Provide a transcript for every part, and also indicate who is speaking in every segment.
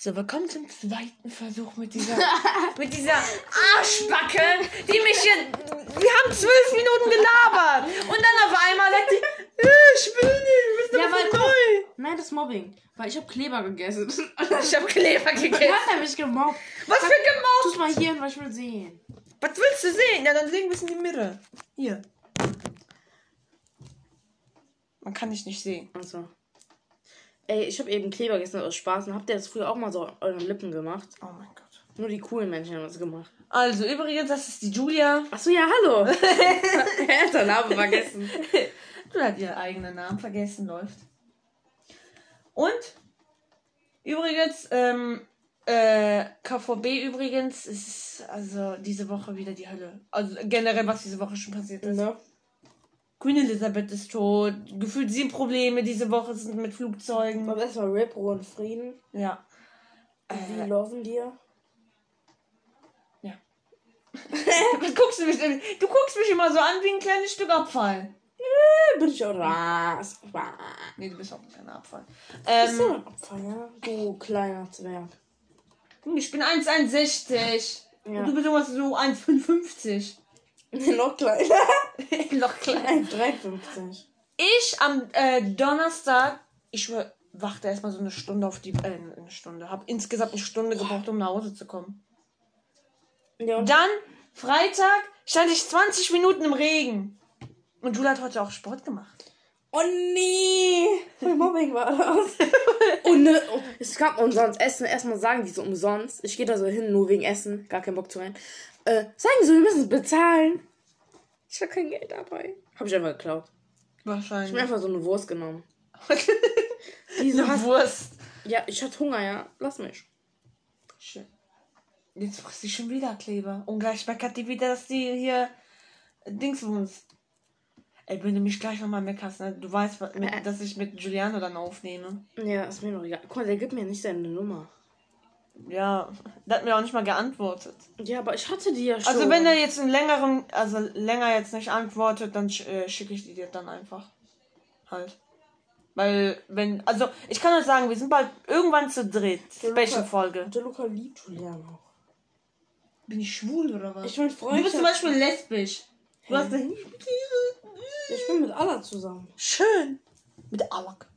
Speaker 1: So, willkommen zum zweiten Versuch mit dieser, mit dieser Arschbacke, die mich hier. Wir haben zwölf Minuten gelabert. Und dann auf einmal sagt sie, "Äh, ich will nicht, wir
Speaker 2: Ja,
Speaker 1: sind
Speaker 2: weil-
Speaker 1: doch neu.
Speaker 2: Nein, das ist Mobbing. Weil ich habe Kleber gegessen.
Speaker 1: Ich hab Kleber
Speaker 2: Er
Speaker 1: gegessen.
Speaker 2: hat nämlich gemobbt.
Speaker 1: Was für gemobbt?
Speaker 2: Tu's mal hier hin, weil ich will sehen.
Speaker 1: Was willst du sehen? Ja, dann legen wir es in die Mitte. Hier. Man kann dich nicht sehen.
Speaker 2: Also. Ey, ich habe eben Kleber gegessen aus Spaß. Und habt ihr das früher auch mal so auf euren Lippen gemacht?
Speaker 1: Oh mein Gott.
Speaker 2: Nur die coolen Menschen haben das gemacht.
Speaker 1: Also, übrigens, das ist die Julia.
Speaker 2: Achso, ja, hallo. er hat seinen Namen vergessen.
Speaker 1: Du hast ihren eigenen Namen vergessen, läuft. Und übrigens, ähm, äh, KVB übrigens, es ist also diese Woche wieder die Hölle. Also generell, was diese Woche schon passiert ist.
Speaker 2: Ne?
Speaker 1: Queen Elizabeth ist tot, gefühlt sieben Probleme diese Woche sind mit Flugzeugen.
Speaker 2: Aber erstmal Rip, Ruhe und Frieden.
Speaker 1: Ja. Äh.
Speaker 2: Wir loven dir.
Speaker 1: Was guckst du mich denn? Du guckst mich immer so an wie ein kleines Stück Abfall.
Speaker 2: Bin ich auch was?
Speaker 1: Nee, du bist auch ein kleiner Abfall.
Speaker 2: Bist du
Speaker 1: Ähm,
Speaker 2: ein Opfer, ja? Du kleiner Zwerg.
Speaker 1: ich bin 1,61.
Speaker 2: Ja.
Speaker 1: Und du bist irgendwas so 1,55.
Speaker 2: Noch kleiner.
Speaker 1: Noch kleiner.
Speaker 2: 3,50.
Speaker 1: Ich am äh, Donnerstag, ich schwör, wachte erstmal so eine Stunde auf die, äh, eine Stunde, habe insgesamt eine Stunde gebraucht, um nach Hause zu kommen.
Speaker 2: Ja, und
Speaker 1: Dann, Freitag, stand ich 20 Minuten im Regen. Und Julia hat heute auch Sport gemacht.
Speaker 2: Oh nee! Voll Mobbing war das. oh ne, oh, es kam umsonst Essen. Erstmal sagen die so umsonst. Ich gehe da so hin, nur wegen Essen. Gar keinen Bock zu rein. Äh, sagen sie, wir müssen es bezahlen. Ich habe kein Geld dabei. Hab ich einfach geklaut. Ich hab mir
Speaker 1: Wahrscheinlich.
Speaker 2: einfach so eine Wurst genommen. Die so,
Speaker 1: Eine
Speaker 2: hast,
Speaker 1: Wurst.
Speaker 2: ja, ich hatte Hunger, ja. Lass mich.
Speaker 1: Schön. Jetzt frisst sie schon wieder Kleber. Und gleich meckert die wieder, dass die hier äh, Dings wohnst. Ey, wenn du mich gleich nochmal meckerst, ne? du weißt, was- mit, dass ich mit Giuliano dann aufnehme.
Speaker 2: Ja, ist mir noch egal. Guck mal, der gibt mir nicht seine Nummer.
Speaker 1: Ja, der hat mir auch nicht mal geantwortet.
Speaker 2: Ja, aber ich hatte die ja schon.
Speaker 1: Also wenn er jetzt einen längeren, also länger jetzt nicht antwortet, dann sch äh, schicke ich die dir dann einfach. Halt. Weil, wenn, also ich kann euch sagen, wir sind bald irgendwann zu dritt. Special Folge.
Speaker 2: Der Luca liebt Julian auch.
Speaker 1: Bin ich schwul oder was?
Speaker 2: Ich mein
Speaker 1: du
Speaker 2: Freund.
Speaker 1: bist zum Beispiel lesbisch. Du hast ja nicht mit ihre.
Speaker 2: ich bin mit Allah zusammen.
Speaker 1: Schön. Mit Alak.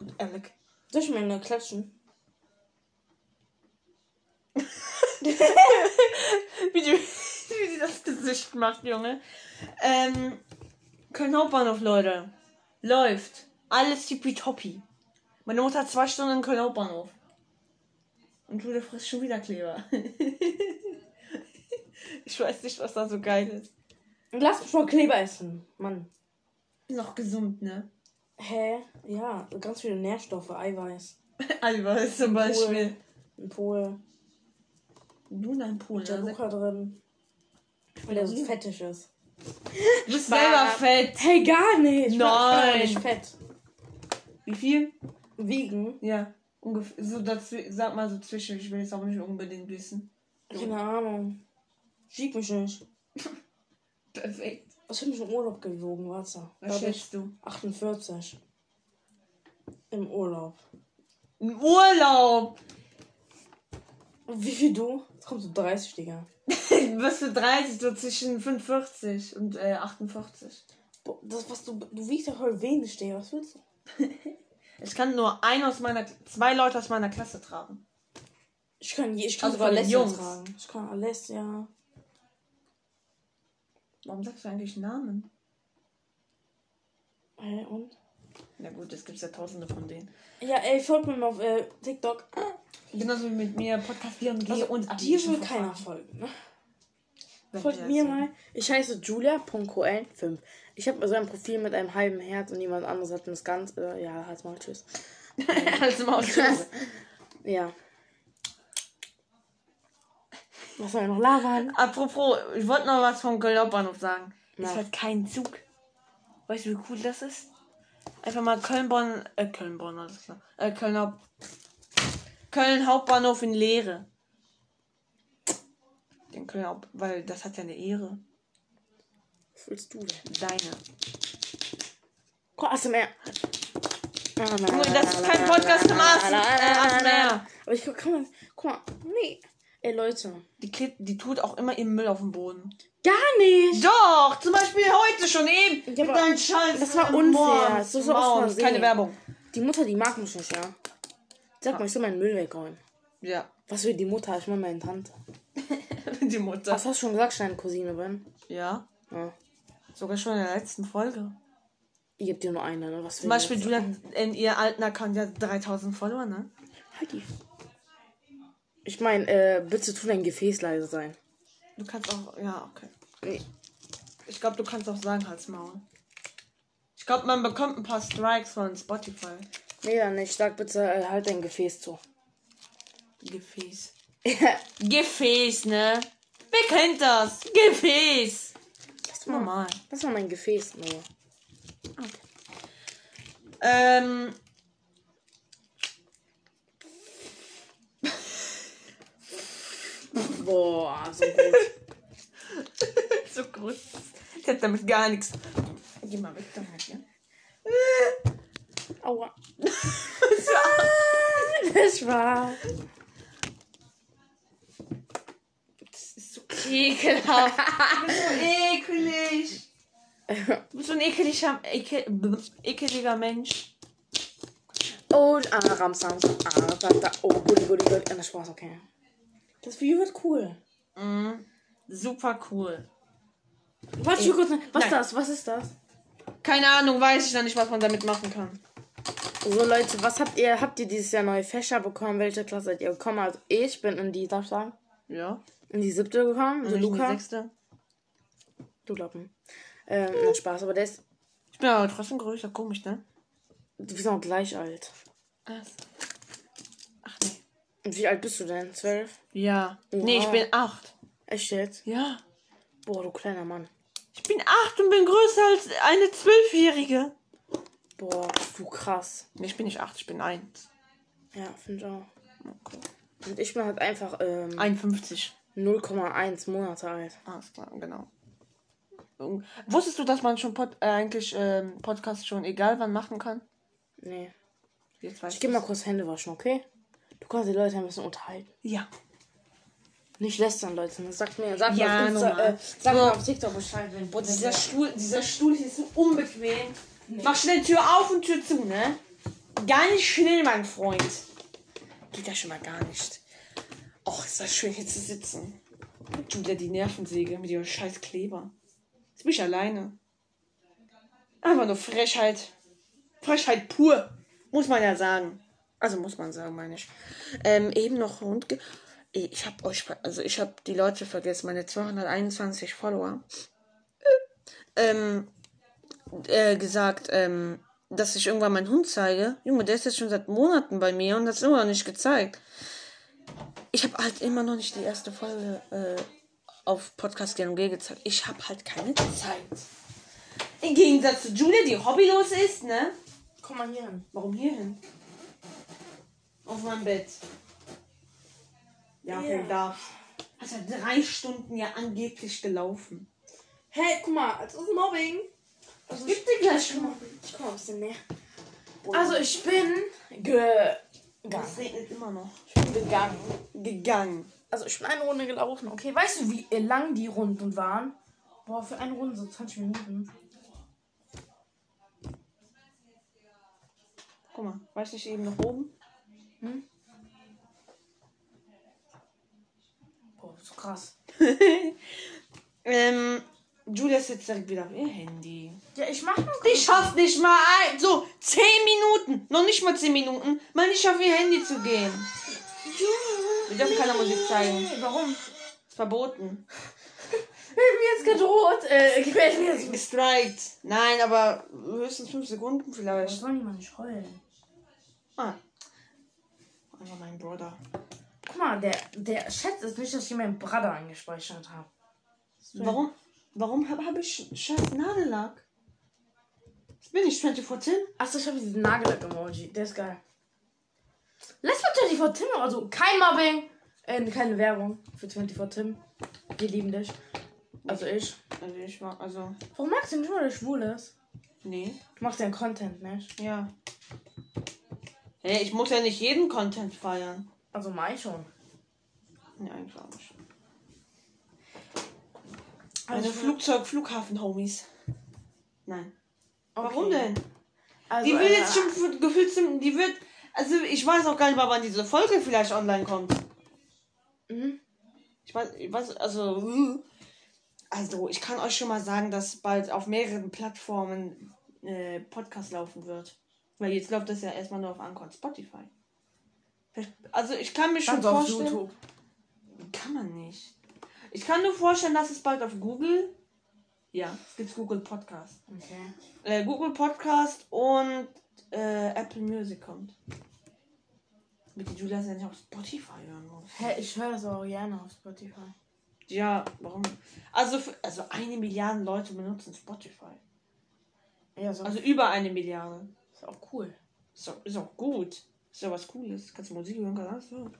Speaker 1: Und Alec.
Speaker 2: Soll ich mir eine klatschen?
Speaker 1: Wie die, wie die das Gesicht macht, Junge. Ähm, Köln Hauptbahnhof, Leute. Läuft. Alles tippitoppi. Meine Mutter hat zwei Stunden in Köln Hauptbahnhof. Und du, der frisst schon wieder Kleber. ich weiß nicht, was da so geil ist.
Speaker 2: Lass mich mal Kleber essen. Mann.
Speaker 1: Noch gesund, ne?
Speaker 2: Hä? Ja, ganz viele Nährstoffe, Eiweiß.
Speaker 1: Eiweiß zum Beispiel.
Speaker 2: Ein Pol.
Speaker 1: Du in einem Pool,
Speaker 2: Der
Speaker 1: ne?
Speaker 2: Luca drin. Weil der
Speaker 1: Mhm.
Speaker 2: so fettig ist.
Speaker 1: Du bist selber fett.
Speaker 2: Hey, gar nicht. Ich bin- Ich bin
Speaker 1: Nein.
Speaker 2: auch nicht fett.
Speaker 1: Wie viel?
Speaker 2: Wiegen?
Speaker 1: Ja, ungefähr. So dazu, sag mal so zwischen. Ich will jetzt auch nicht unbedingt wissen.
Speaker 2: Keine Ahnung. Ich wieg mich nicht.
Speaker 1: Perfekt.
Speaker 2: Was hab ich im Urlaub gewogen? Warte.
Speaker 1: Was
Speaker 2: Glaub ich
Speaker 1: schätzt du?
Speaker 2: 48. Im Urlaub.
Speaker 1: Im Urlaub!
Speaker 2: Und Wie viel du? Jetzt kommst du 30, Digga.
Speaker 1: Bist du 30, so zwischen 45 und äh, 48.
Speaker 2: Bo- Das, was du, du wiegst doch voll wenig, Digga. Was willst du?
Speaker 1: Ich kann nur ein aus meiner, zwei Leute aus meiner Klasse tragen.
Speaker 2: Ich kann, je- ich kann
Speaker 1: Also
Speaker 2: sogar
Speaker 1: von den
Speaker 2: Alessia
Speaker 1: Jungs.
Speaker 2: tragen. Ich kann Alessia.
Speaker 1: Warum sagst du eigentlich Namen?
Speaker 2: Hä, und?
Speaker 1: Na gut, es gibt ja tausende von denen.
Speaker 2: Ja, ey, folgt mir mal auf äh, TikTok.
Speaker 1: Genauso wie mit mir, Podcast BMG
Speaker 2: Also,
Speaker 1: und
Speaker 2: dir
Speaker 1: Abhängig
Speaker 2: will
Speaker 1: von
Speaker 2: keiner
Speaker 1: Fragen.
Speaker 2: folgen. Ne?
Speaker 1: Wenn
Speaker 2: Folgt
Speaker 1: wir
Speaker 2: mir
Speaker 1: das-
Speaker 2: mal. Ich heiße julia.coel5. Ich habe so ein Profil mit einem halben Herz und jemand anderes hat mir das ganz. Äh, ja, halt mal tschüss.
Speaker 1: Halt's Maul, tschüss.
Speaker 2: Ja. Was soll ich noch labern?
Speaker 1: Apropos, ich wollte noch was vom Köln-Bahnhof sagen.
Speaker 2: Na.
Speaker 1: Es fährt kein Zug. Weißt du, wie cool das ist? Einfach mal Köln-Bonn, äh, Köln-Bonn, alles klar. Äh, Köln-Haupt. Köln-Hauptbahnhof in Leere. Den Köln-Haupt, weil das hat ja eine Ehre.
Speaker 2: Was willst du denn?
Speaker 1: Deine.
Speaker 2: Guck, ASMR.
Speaker 1: Junge, das ist kein Podcast zum Affen. Äh, Affen, ja. Ja.
Speaker 2: Aber ich guck, kann man, guck mal, nee. Ey, Leute.
Speaker 1: Die, Kid, die tut auch immer ihren Müll auf den Boden.
Speaker 2: Gar nicht.
Speaker 1: Doch, zum Beispiel heute schon eben.
Speaker 2: Ja,
Speaker 1: mit
Speaker 2: aber
Speaker 1: deinen Scheiß.
Speaker 2: das war unfair.
Speaker 1: Morgens,
Speaker 2: So soll man
Speaker 1: morgens.
Speaker 2: sehen.
Speaker 1: Keine Werbung.
Speaker 2: Die Mutter, die mag mich nicht, ja.
Speaker 1: Ah.
Speaker 2: Sag mal, ich soll meinen Müll wegräumen.
Speaker 1: Ja,
Speaker 2: Was will die Mutter? Ich meine meine Tante.
Speaker 1: die Mutter.
Speaker 2: Was hast du schon gesagt, Stein Cousine bin?
Speaker 1: Ja,
Speaker 2: Ja.
Speaker 1: sogar schon in der letzten Folge.
Speaker 2: Ihr habt ja nur eine, ne? Was will
Speaker 1: Zum Beispiel,
Speaker 2: die
Speaker 1: du hat in ihrem alten Account ja 3000 Follower, ne?
Speaker 2: jetzt? Halt die. Ich meine, äh, bitte tu dein Gefäß leise sein.
Speaker 1: Du kannst auch, ja, okay.
Speaker 2: Nee.
Speaker 1: Ich glaube, du kannst auch sagen, Hals Maul. Ich glaube, man bekommt ein paar Strikes von Spotify.
Speaker 2: Nee, dann nicht. Sag bitte, äh, halt dein Gefäß zu.
Speaker 1: Gefäß. Gefäß, ne? Wer kennt das? Gefäß.
Speaker 2: Lass mal,
Speaker 1: Normal.
Speaker 2: lass mal mein Gefäß, Noah.
Speaker 1: Ähm.
Speaker 2: Boah, so gut.
Speaker 1: So groß. Ich hab damit gar nichts. Geh mal weg damit, ja?
Speaker 2: Aua. das war.
Speaker 1: Das ist so ekelhaft. Du bist so ekelig. Du bist so ein ekeliger, ekel, ekeliger Mensch.
Speaker 2: Und Aram Sam. Arabata. Oh, Gulli, Gulli, Gulli. Und das Spaß, okay. Das Video wird cool.
Speaker 1: Mhm. Super cool.
Speaker 2: Warte, ich will kurz.
Speaker 1: Nein.
Speaker 2: Was ist das? Was ist das?
Speaker 1: Keine Ahnung, weiß ich noch nicht, was man damit machen kann.
Speaker 2: So, Leute, was habt ihr? Habt ihr dieses Jahr neue Fächer bekommen? Welche Klasse seid ihr gekommen? Also, ich bin in die, darf ich sagen?
Speaker 1: Ja.
Speaker 2: In die siebte gekommen.
Speaker 1: Also
Speaker 2: Also,
Speaker 1: Luca.
Speaker 2: Luca.
Speaker 1: Sechste.
Speaker 2: Du glaubst. Ähm, na, Spaß, aber der ist.
Speaker 1: Ich bin aber trotzdem größer, komisch, ne?
Speaker 2: Du bist auch gleich alt.
Speaker 1: Ach Ach nee.
Speaker 2: Und wie alt bist du denn? Zwölf?
Speaker 1: Ja. Nee, ich
Speaker 2: Oha.
Speaker 1: bin acht.
Speaker 2: Echt jetzt?
Speaker 1: Ja.
Speaker 2: Boah, du kleiner Mann.
Speaker 1: Ich bin acht und bin größer als eine Zwölfjährige.
Speaker 2: Boah, du krass.
Speaker 1: Nee, ich bin nicht acht, ich bin eins.
Speaker 2: Ja, finde ich auch.
Speaker 1: Okay.
Speaker 2: Und ich bin halt einfach ähm,
Speaker 1: 51.
Speaker 2: 0,1 Monate alt.
Speaker 1: Alles klar, genau. Ähm, Wusstest du, dass man schon Pod äh, eigentlich ähm, Podcast schon egal wann machen kann?
Speaker 2: Nee.
Speaker 1: Jetzt weiß
Speaker 2: Ich geh mal kurz Hände waschen, okay? Du kannst die Leute ein bisschen unterhalten.
Speaker 1: Ja.
Speaker 2: Nicht lästern, Leute. ne? Sagt mir, sagt
Speaker 1: Ja,
Speaker 2: mir, auf Insta,
Speaker 1: normal.
Speaker 2: äh, sagt mir auf TikTok Bescheid, wenn
Speaker 1: Boah, dieser Stuhl, dieser Stuhl hier ist so unbequem. Mach schnell Tür auf und Tür zu, ne? Ganz schnell, mein Freund. Geht ja schon mal gar nicht. Och, ist das schön hier zu sitzen. Du wieder die Nervensäge mit ihrem scheiß Kleber. Jetzt bin ich alleine. Einfach nur Frechheit. Frechheit pur. Muss man ja sagen. Also muss man sagen, meine ich. Ähm, eben noch Hund. ge- Ey, Ich hab euch, ver- also ich hab die Leute vergessen, meine 221 Follower ähm, äh, gesagt, ähm, dass ich irgendwann meinen Hund zeige. Junge, der ist jetzt schon seit Monaten bei mir und das immer noch nicht gezeigt. Ich habe halt immer noch nicht die erste Folge äh, auf Podcast GMG gezeigt. Ich habe halt keine Zeit. Im Gegensatz zu Julia, die hobbylos ist, ne?
Speaker 2: Komm mal hier hin.
Speaker 1: Warum hier hin? Auf mein Bett. Ja,
Speaker 2: Ja.
Speaker 1: yeah. da. Hat er drei Stunden ja angeblich gelaufen.
Speaker 2: Hey, guck mal, als ist Mobbing.
Speaker 1: Was gibt dir gleich Also schon mal?
Speaker 2: Ich komm ein bisschen näher. Also, ich bin gegangen.
Speaker 1: Es regnet immer noch.
Speaker 2: Gegangen.
Speaker 1: Gegangen.
Speaker 2: Also, ich bin eine Runde gelaufen, okay? Weißt du, wie lang die Runden waren? Boah, für eine Runde so 20 Minuten.
Speaker 1: Guck mal, war ich nicht eben noch oben?
Speaker 2: Boah, so krass.
Speaker 1: Ähm, Julia ist jetzt direkt wieder auf ihr Handy.
Speaker 2: Ja, ich mach nur
Speaker 1: Die schafft nicht mal ein, so 10 Minuten, noch nicht mal 10 Minuten, mal nicht auf ihr Handy zu gehen. Wir dürfen keiner Musik zeigen.
Speaker 2: Warum?
Speaker 1: Ist verboten.
Speaker 2: Wird mir jetzt gedroht. Äh, gefällt mir jetzt.
Speaker 1: Gestrikt. Nein, aber höchstens 5 Sekunden vielleicht.
Speaker 2: soll niemand nicht heulen?
Speaker 1: Ah. Einfach mein Bruder.
Speaker 2: Guck mal, der, der schätzt es nicht, dass ich meinen Bruder angespeichert habe.
Speaker 1: Warum, warum habe hab ich scheiß Nagellack? Jetzt bin ich 24
Speaker 2: Achso, ich habe diesen Nagellack-Emoji. Der ist geil. Lass mal 24 Tim, also kein Mobbing. Äh, keine Werbung für 24 Tim. Wir lieben dich. Also ich.
Speaker 1: Also ich war, also,
Speaker 2: Warum magst du nicht mal, dass schwul ist?
Speaker 1: nee.
Speaker 2: Du machst ja Content, ne?
Speaker 1: Ja. Nee, ich muss ja nicht jeden Content feiern.
Speaker 2: Also Mai schon.
Speaker 1: Nee, eigentlich auch nicht. Meine Flugzeug-Flughafen-Homies. Also Nein. Warum denn?
Speaker 2: Also,
Speaker 1: die will
Speaker 2: äh,
Speaker 1: jetzt schon f- gefühlt zum. Die wird. Also ich weiß auch gar nicht mal, wann diese Folge vielleicht online kommt.
Speaker 2: Mhm.
Speaker 1: Ich weiß, ich weiß also. hm. Also, ich kann euch schon mal sagen, dass bald auf mehreren Plattformen äh, Podcast laufen wird. Weil jetzt läuft das ja erstmal nur auf Anchor und Spotify. Vielleicht- Also, ich kann mir schon
Speaker 2: Ganz auf
Speaker 1: vorstellen.
Speaker 2: YouTube.
Speaker 1: Kann man nicht. Ich kann nur vorstellen, dass es bald auf Google. Ja, es gibt Google Podcast.
Speaker 2: Okay.
Speaker 1: Äh, Google Podcast und äh, Apple Music kommt. Bitte Julia ja nicht auf Spotify hören muss.
Speaker 2: Hä, ich höre das aber auch gerne auf Spotify.
Speaker 1: Ja, warum? Also, für, also eine Milliarde Leute benutzen Spotify.
Speaker 2: Ja, so,
Speaker 1: Also über eine Milliarde.
Speaker 2: ist auch cool.
Speaker 1: Ist auch, ist auch gut. Ist ja was Cooles. Kannst du Musik hören, kannst alles hören.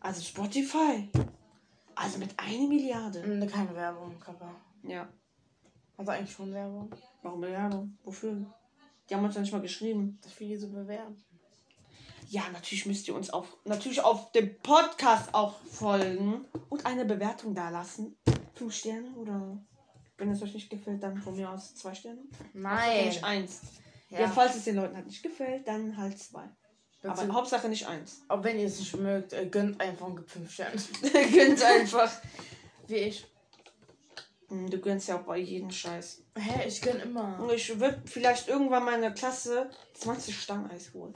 Speaker 1: Also Spotify. Also mit einer Milliarde.
Speaker 2: Ne, keine Werbung, Kappa.
Speaker 1: Ja.
Speaker 2: Also eigentlich schon Werbung,
Speaker 1: Warum Milliarde? Wofür? Die haben uns ja nicht mal geschrieben.
Speaker 2: dass wir die so bewerben.
Speaker 1: Ja, natürlich müsst ihr uns auf, natürlich auf dem Podcast auch folgen und eine Bewertung da lassen. Fünf Sterne oder wenn es euch nicht gefällt, dann von mir aus zwei Sterne.
Speaker 2: Nein.
Speaker 1: Nicht eins. Ja.
Speaker 2: Ja,
Speaker 1: falls es den Leuten halt nicht gefällt, dann halt zwei.
Speaker 2: Dazu-
Speaker 1: Aber Hauptsache nicht eins.
Speaker 2: auch wenn ihr es nicht mögt, äh, gönnt einfach und gibt 5 Sterne.
Speaker 1: Gönnt einfach.
Speaker 2: Wie ich.
Speaker 1: Hm, Du gönnst ja auch bei jedem Scheiß.
Speaker 2: Hä, ich gönn immer.
Speaker 1: Und ich würde vielleicht irgendwann mal in der Klasse 20 Stangen Eis holen.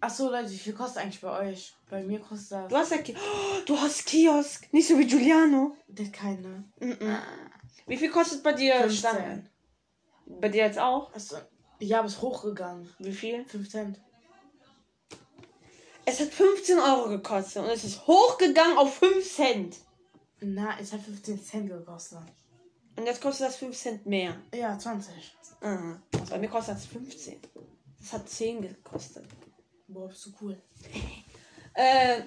Speaker 2: Achso, Leute, wie viel kostet eigentlich bei euch? Bei mir kostet das.
Speaker 1: Du hast ja Ki oh, du hast Kiosk. Nicht so wie Giuliano.
Speaker 2: Das keine.
Speaker 1: Mhm. Wie viel kostet bei dir
Speaker 2: 15.
Speaker 1: Stangen? Bei dir jetzt auch?
Speaker 2: Achso. Ja, aber ist hochgegangen.
Speaker 1: Wie viel?
Speaker 2: 5 Cent.
Speaker 1: Es hat 15 Euro gekostet und es ist hochgegangen auf 5 Cent.
Speaker 2: Na, es hat 15 Cent gekostet.
Speaker 1: Und jetzt kostet das 5 Cent mehr.
Speaker 2: Ja, 20.
Speaker 1: Aha. Also Bei mir kostet das 15. Das hat 10 gekostet.
Speaker 2: Boah, bist du cool.
Speaker 1: Äh,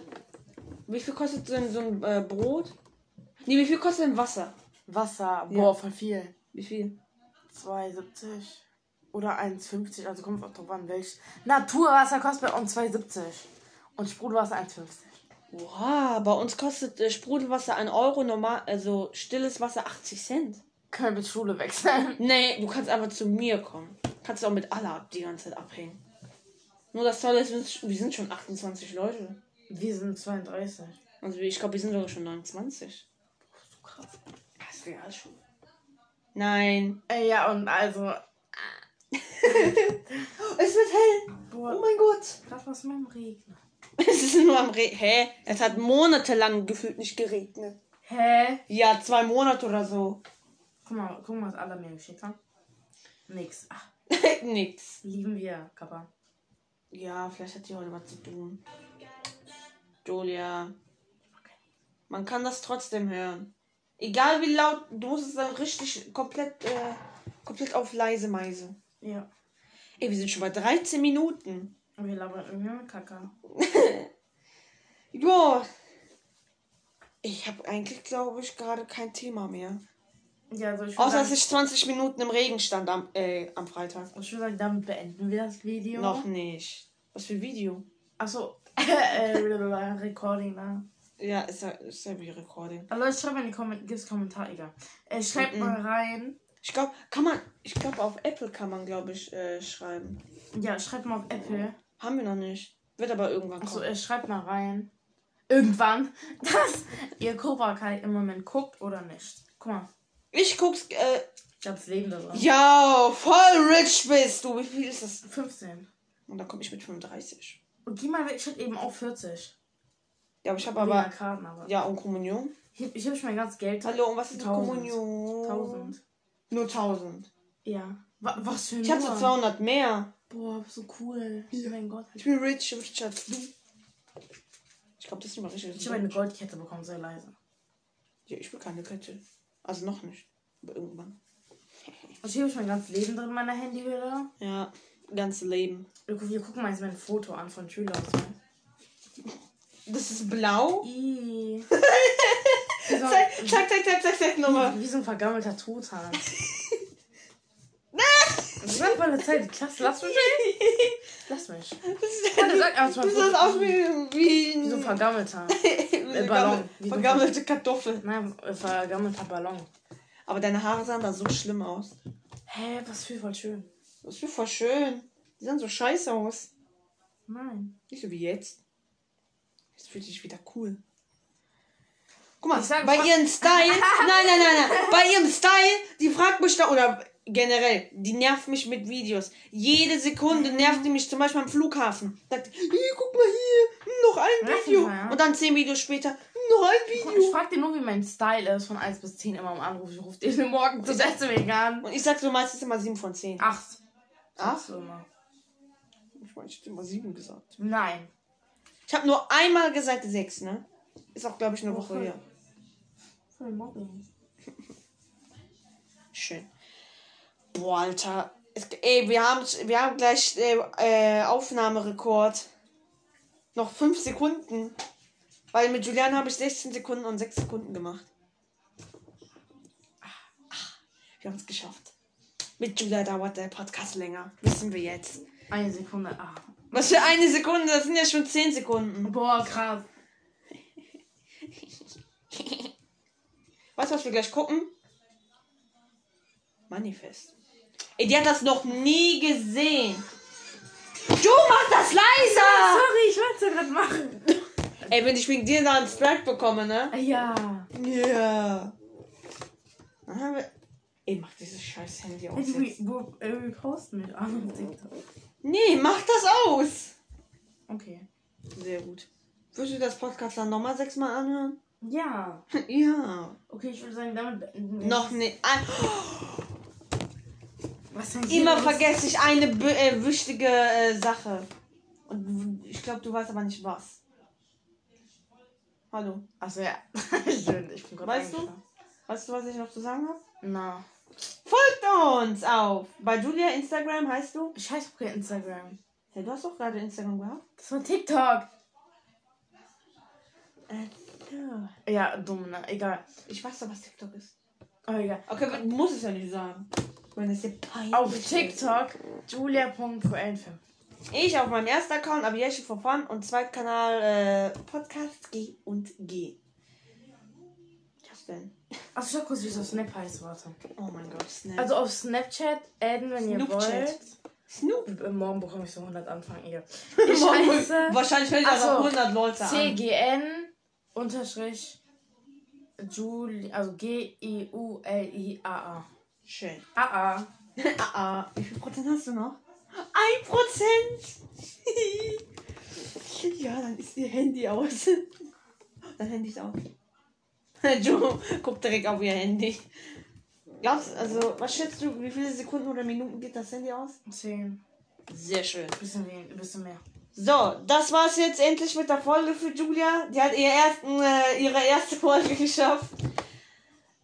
Speaker 1: wie viel kostet so ein, so ein äh, Brot? Nee, wie viel kostet ein Wasser?
Speaker 2: Wasser, boah,
Speaker 1: Ja.
Speaker 2: voll viel.
Speaker 1: Wie viel?
Speaker 2: 2,70 oder 1,50, also kommt auch drauf an, welch. Naturwasser kostet bei uns 2,70 und Sprudelwasser 1,50.
Speaker 1: Wow, bei uns kostet äh, Sprudelwasser 1 Euro, normal, also stilles Wasser 80 Cent.
Speaker 2: Können wir bitte Schule wechseln?
Speaker 1: Nee, du kannst einfach zu mir kommen. Kannst auch mit Allah die ganze Zeit abhängen. Nur das Tolle ist, wir sind- wir sind schon 28 Leute.
Speaker 2: Wir sind 32.
Speaker 1: Also ich glaube, wir sind sogar schon 29.
Speaker 2: So krass.
Speaker 1: Das ist Realschule. Nein.
Speaker 2: Äh, ja, und also.
Speaker 1: Es wird hell. Oh
Speaker 2: Boah,
Speaker 1: mein Gott.
Speaker 2: krass, was mit dem Regen.
Speaker 1: Es ist nur am Re Hä? Es hat monatelang gefühlt nicht geregnet.
Speaker 2: Hä?
Speaker 1: Ja, zwei Monate oder so.
Speaker 2: Guck mal, guck mal, was alle mir geschickt haben. Nix. Ach,
Speaker 1: Nix.
Speaker 2: lieben wir, Kappa.
Speaker 1: Ja, vielleicht hat die heute was zu tun. Julia. Man kann das trotzdem hören. Egal wie laut, du musst es dann richtig komplett, äh, komplett auf leise meise.
Speaker 2: Ja.
Speaker 1: Ey, wir sind schon bei 13 Minuten.
Speaker 2: Und wir labern irgendwie mit Kacke.
Speaker 1: Jo. Ich habe eigentlich, glaube ich, gerade kein Thema mehr.
Speaker 2: Ja, so ich würd
Speaker 1: Außer, dass
Speaker 2: sagen-
Speaker 1: ich 20 Minuten im Regen stand am, äh, am Freitag.
Speaker 2: ich würde sagen, damit beenden wir das Video.
Speaker 1: Noch nicht. Was für Video?
Speaker 2: Achso, äh, Recording da.
Speaker 1: Ja, ist ja, ist ja wie Recording.
Speaker 2: Aber Leute, schreibt mal in die Kommentare, gibt's Kommentar, egal. Äh, schreibt mal rein.
Speaker 1: Ich glaube, kann man, ich glaube, auf Apple kann man, glaube ich, äh, schreiben.
Speaker 2: Ja, schreibt mal auf Apple.
Speaker 1: Haben wir noch nicht. Wird aber irgendwann
Speaker 2: Achso,
Speaker 1: kommen.
Speaker 2: äh, schreibt mal rein. Irgendwann, dass ihr Cobra Kai im Moment guckt oder nicht. Guck mal,
Speaker 1: Ich guck's. Äh,
Speaker 2: ich hab's Leben da drin.
Speaker 1: ja, voll rich bist du. Wie viel ist das?
Speaker 2: 15.
Speaker 1: Und da komme ich mit 35.
Speaker 2: Und geh mal weg, ich hatte eben auch 40.
Speaker 1: Ja, aber ich habe
Speaker 2: Aber,
Speaker 1: aber.
Speaker 2: Karten, aber.
Speaker 1: Ja, und Kommunion.
Speaker 2: Ich, hab- ich hab schon mein ganzes Geld.
Speaker 1: Hallo, und was ist mit
Speaker 2: 1000.
Speaker 1: Kommunion?
Speaker 2: 1000.
Speaker 1: Nur 1000.
Speaker 2: Ja. Wa was für ein
Speaker 1: Ich hatte 200 mehr.
Speaker 2: Boah, so cool. Oh mein Gott.
Speaker 1: Ich bin rich, rich als du. Ich glaube, das ist nicht mal richtig.
Speaker 2: Ich habe eine Goldkette bekommen, sehr leise.
Speaker 1: ja, ich will keine Kette. Also noch nicht. Aber irgendwann.
Speaker 2: Und hier habe ich mein ganzes Leben drin in meiner Handyhülle.
Speaker 1: Ja, ganze Leben.
Speaker 2: Wir gucken- wir gucken mal jetzt mein Foto an von Schülerausweis.
Speaker 1: Das ist blau.
Speaker 2: Ih.
Speaker 1: Zeig, zeig, zeig, zeig, zeig, zeig nochmal.
Speaker 2: Wie so ein vergammelter Tutan. Sag mal eine Zeit, die Klasse. Lass mich. Lass mich.
Speaker 1: Das ist
Speaker 2: Ja, das sagt erstmal
Speaker 1: das
Speaker 2: so.
Speaker 1: ist aus wie, wie
Speaker 2: Wie so ein
Speaker 1: ein
Speaker 2: vergammelter.
Speaker 1: wie
Speaker 2: Ballon. Wie so ein-
Speaker 1: vergammelte Kartoffel.
Speaker 2: Nein, äh, vergammelter Ballon.
Speaker 1: Aber deine Haare sahen da so schlimm aus.
Speaker 2: Hä, was für voll schön.
Speaker 1: Das ist mir voll schön. Die sahen so scheiße aus.
Speaker 2: Nein.
Speaker 1: Nicht so wie jetzt. Jetzt fühlt sich wieder cool. Guck mal,
Speaker 2: Ich sag,
Speaker 1: bei
Speaker 2: fra-
Speaker 1: ihrem Style. Nein, nein, nein, nein. Bei ihrem Style, die fragt mich da, oder generell, die nervt mich mit Videos. Jede Sekunde nervt die mich zum Beispiel am Flughafen. Sagt, hey, guck mal hier, noch ein
Speaker 2: Nervig,
Speaker 1: Video.
Speaker 2: ja.
Speaker 1: Und dann zehn Videos später, noch ein
Speaker 2: Ich
Speaker 1: Video.
Speaker 2: frag dir nur, wie mein Style ist von 1 bis 10 immer am Anruf. Ich ruf den morgen zu Essen wegen an.
Speaker 1: Und ich sag so meistens immer 7 von 10.
Speaker 2: 8.
Speaker 1: Acht?
Speaker 2: immer.
Speaker 1: Ich meine, ich hab immer 7 gesagt.
Speaker 2: Nein.
Speaker 1: Ich habe nur einmal gesagt 6, ne? Ist auch, glaube ich, eine Woche
Speaker 2: Woche.
Speaker 1: her.
Speaker 2: Voll Mobbing.
Speaker 1: Schön. Boah, Alter. Es, ey, wir haben, wir haben gleich äh, äh, Aufnahmerekord. Noch 5 Sekunden. Weil mit Julian habe ich 16 Sekunden und 6 Sekunden gemacht. Ah, ah, Wir haben es geschafft. Mit Julia dauert der Podcast länger. Wissen wir jetzt.
Speaker 2: Eine Sekunde. Ah.
Speaker 1: Was für eine Sekunde, das sind ja schon 10 Sekunden.
Speaker 2: Boah, krass.
Speaker 1: Weißt du, was wir gleich gucken? Manifest. Ey, die hat das noch nie gesehen. Du mach das leiser!
Speaker 2: Sorry, ich wollte es ja gerade machen. Ah,
Speaker 1: Ey, wenn ich wegen dir da einen Strike bekomme, ne?
Speaker 2: Ja.
Speaker 1: Ja. Dann haben wir. Ey, mach dieses scheiß Handy aus. Jetzt.
Speaker 2: äh, Wir posten mit anderen TikTok.
Speaker 1: Nee, mach das aus!
Speaker 2: Okay.
Speaker 1: Sehr gut. Würdest du das Podcast dann nochmal sechsmal anhören?
Speaker 2: Ja.
Speaker 1: Ja.
Speaker 2: Okay, ich würde sagen, damit.
Speaker 1: Noch ne- nicht.
Speaker 2: Was denn
Speaker 1: Immer vergesse ich eine b- äh, wichtige äh, Sache. Und w- ich glaube, du weißt aber nicht was. Hallo.
Speaker 2: Achso, ja. Schön, ich bin gerade
Speaker 1: Weißt du?
Speaker 2: eingefallen.
Speaker 1: Weißt du, was ich noch zu sagen habe?
Speaker 2: Na.
Speaker 1: Folgt uns auf! Bei Julia Instagram heißt du?
Speaker 2: Scheiß auf kein Instagram.
Speaker 1: Hey, du hast doch gerade Instagram gehabt.
Speaker 2: Das war TikTok.
Speaker 1: Äh, Ja.
Speaker 2: Ja, dumm, ne? Egal.
Speaker 1: Ich weiß doch, was TikTok ist.
Speaker 2: Aber egal.
Speaker 1: Okay, man muss es ja nicht sagen. Wenn es dir peinlich
Speaker 2: Auf
Speaker 1: ist.
Speaker 2: TikTok julia.poelfilm.
Speaker 1: Ich auf meinem ersten Account, Abiyashi for Fun und Zweitkanal äh, Podcast G und G. Was denn?
Speaker 2: Achso, Also, schau kurz, wie es auf Snap heißt, warte.
Speaker 1: Oh mein Gott, Snap.
Speaker 2: Also auf Snapchat adden, wenn ihr
Speaker 1: Snoopchat.
Speaker 2: wollt.
Speaker 1: Snoop.
Speaker 2: Äh, Morgen bekomme ich so 100 Anfragen, egal. Ich heiße
Speaker 1: Wahrscheinlich fällt das
Speaker 2: Ach so.
Speaker 1: auch 100 Leute an.
Speaker 2: CGN unterstrich Juli, also G-I-U-L-I-A-A.
Speaker 1: Schön.
Speaker 2: A-A.
Speaker 1: Ah, ah. Wie viel Prozent hast du noch? Ein Prozent! ja, dann ist ihr Handy aus. Dein Handy ist aus. Joe guckt direkt auf ihr Handy. Glaubst also, was schätzt du, wie viele Sekunden oder Minuten geht das Handy aus?
Speaker 2: 10.
Speaker 1: Sehr schön.
Speaker 2: Bisschen, wen- bisschen mehr.
Speaker 1: So, das war's jetzt endlich mit der Folge für Julia. Die hat ihr ersten, äh, ihre erste Folge geschafft.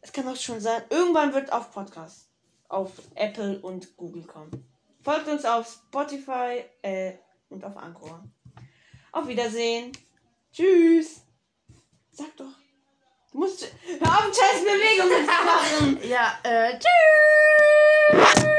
Speaker 1: Es kann auch schon sein, irgendwann wird auf Podcast auf Apple und Google kommen. Folgt uns auf Spotify äh, und auf Anchor. Auf Wiedersehen. Tschüss. Sag doch. Du musst. Hör auf, scheiß Bewegungen zu machen.
Speaker 2: Ja, äh, tschüss!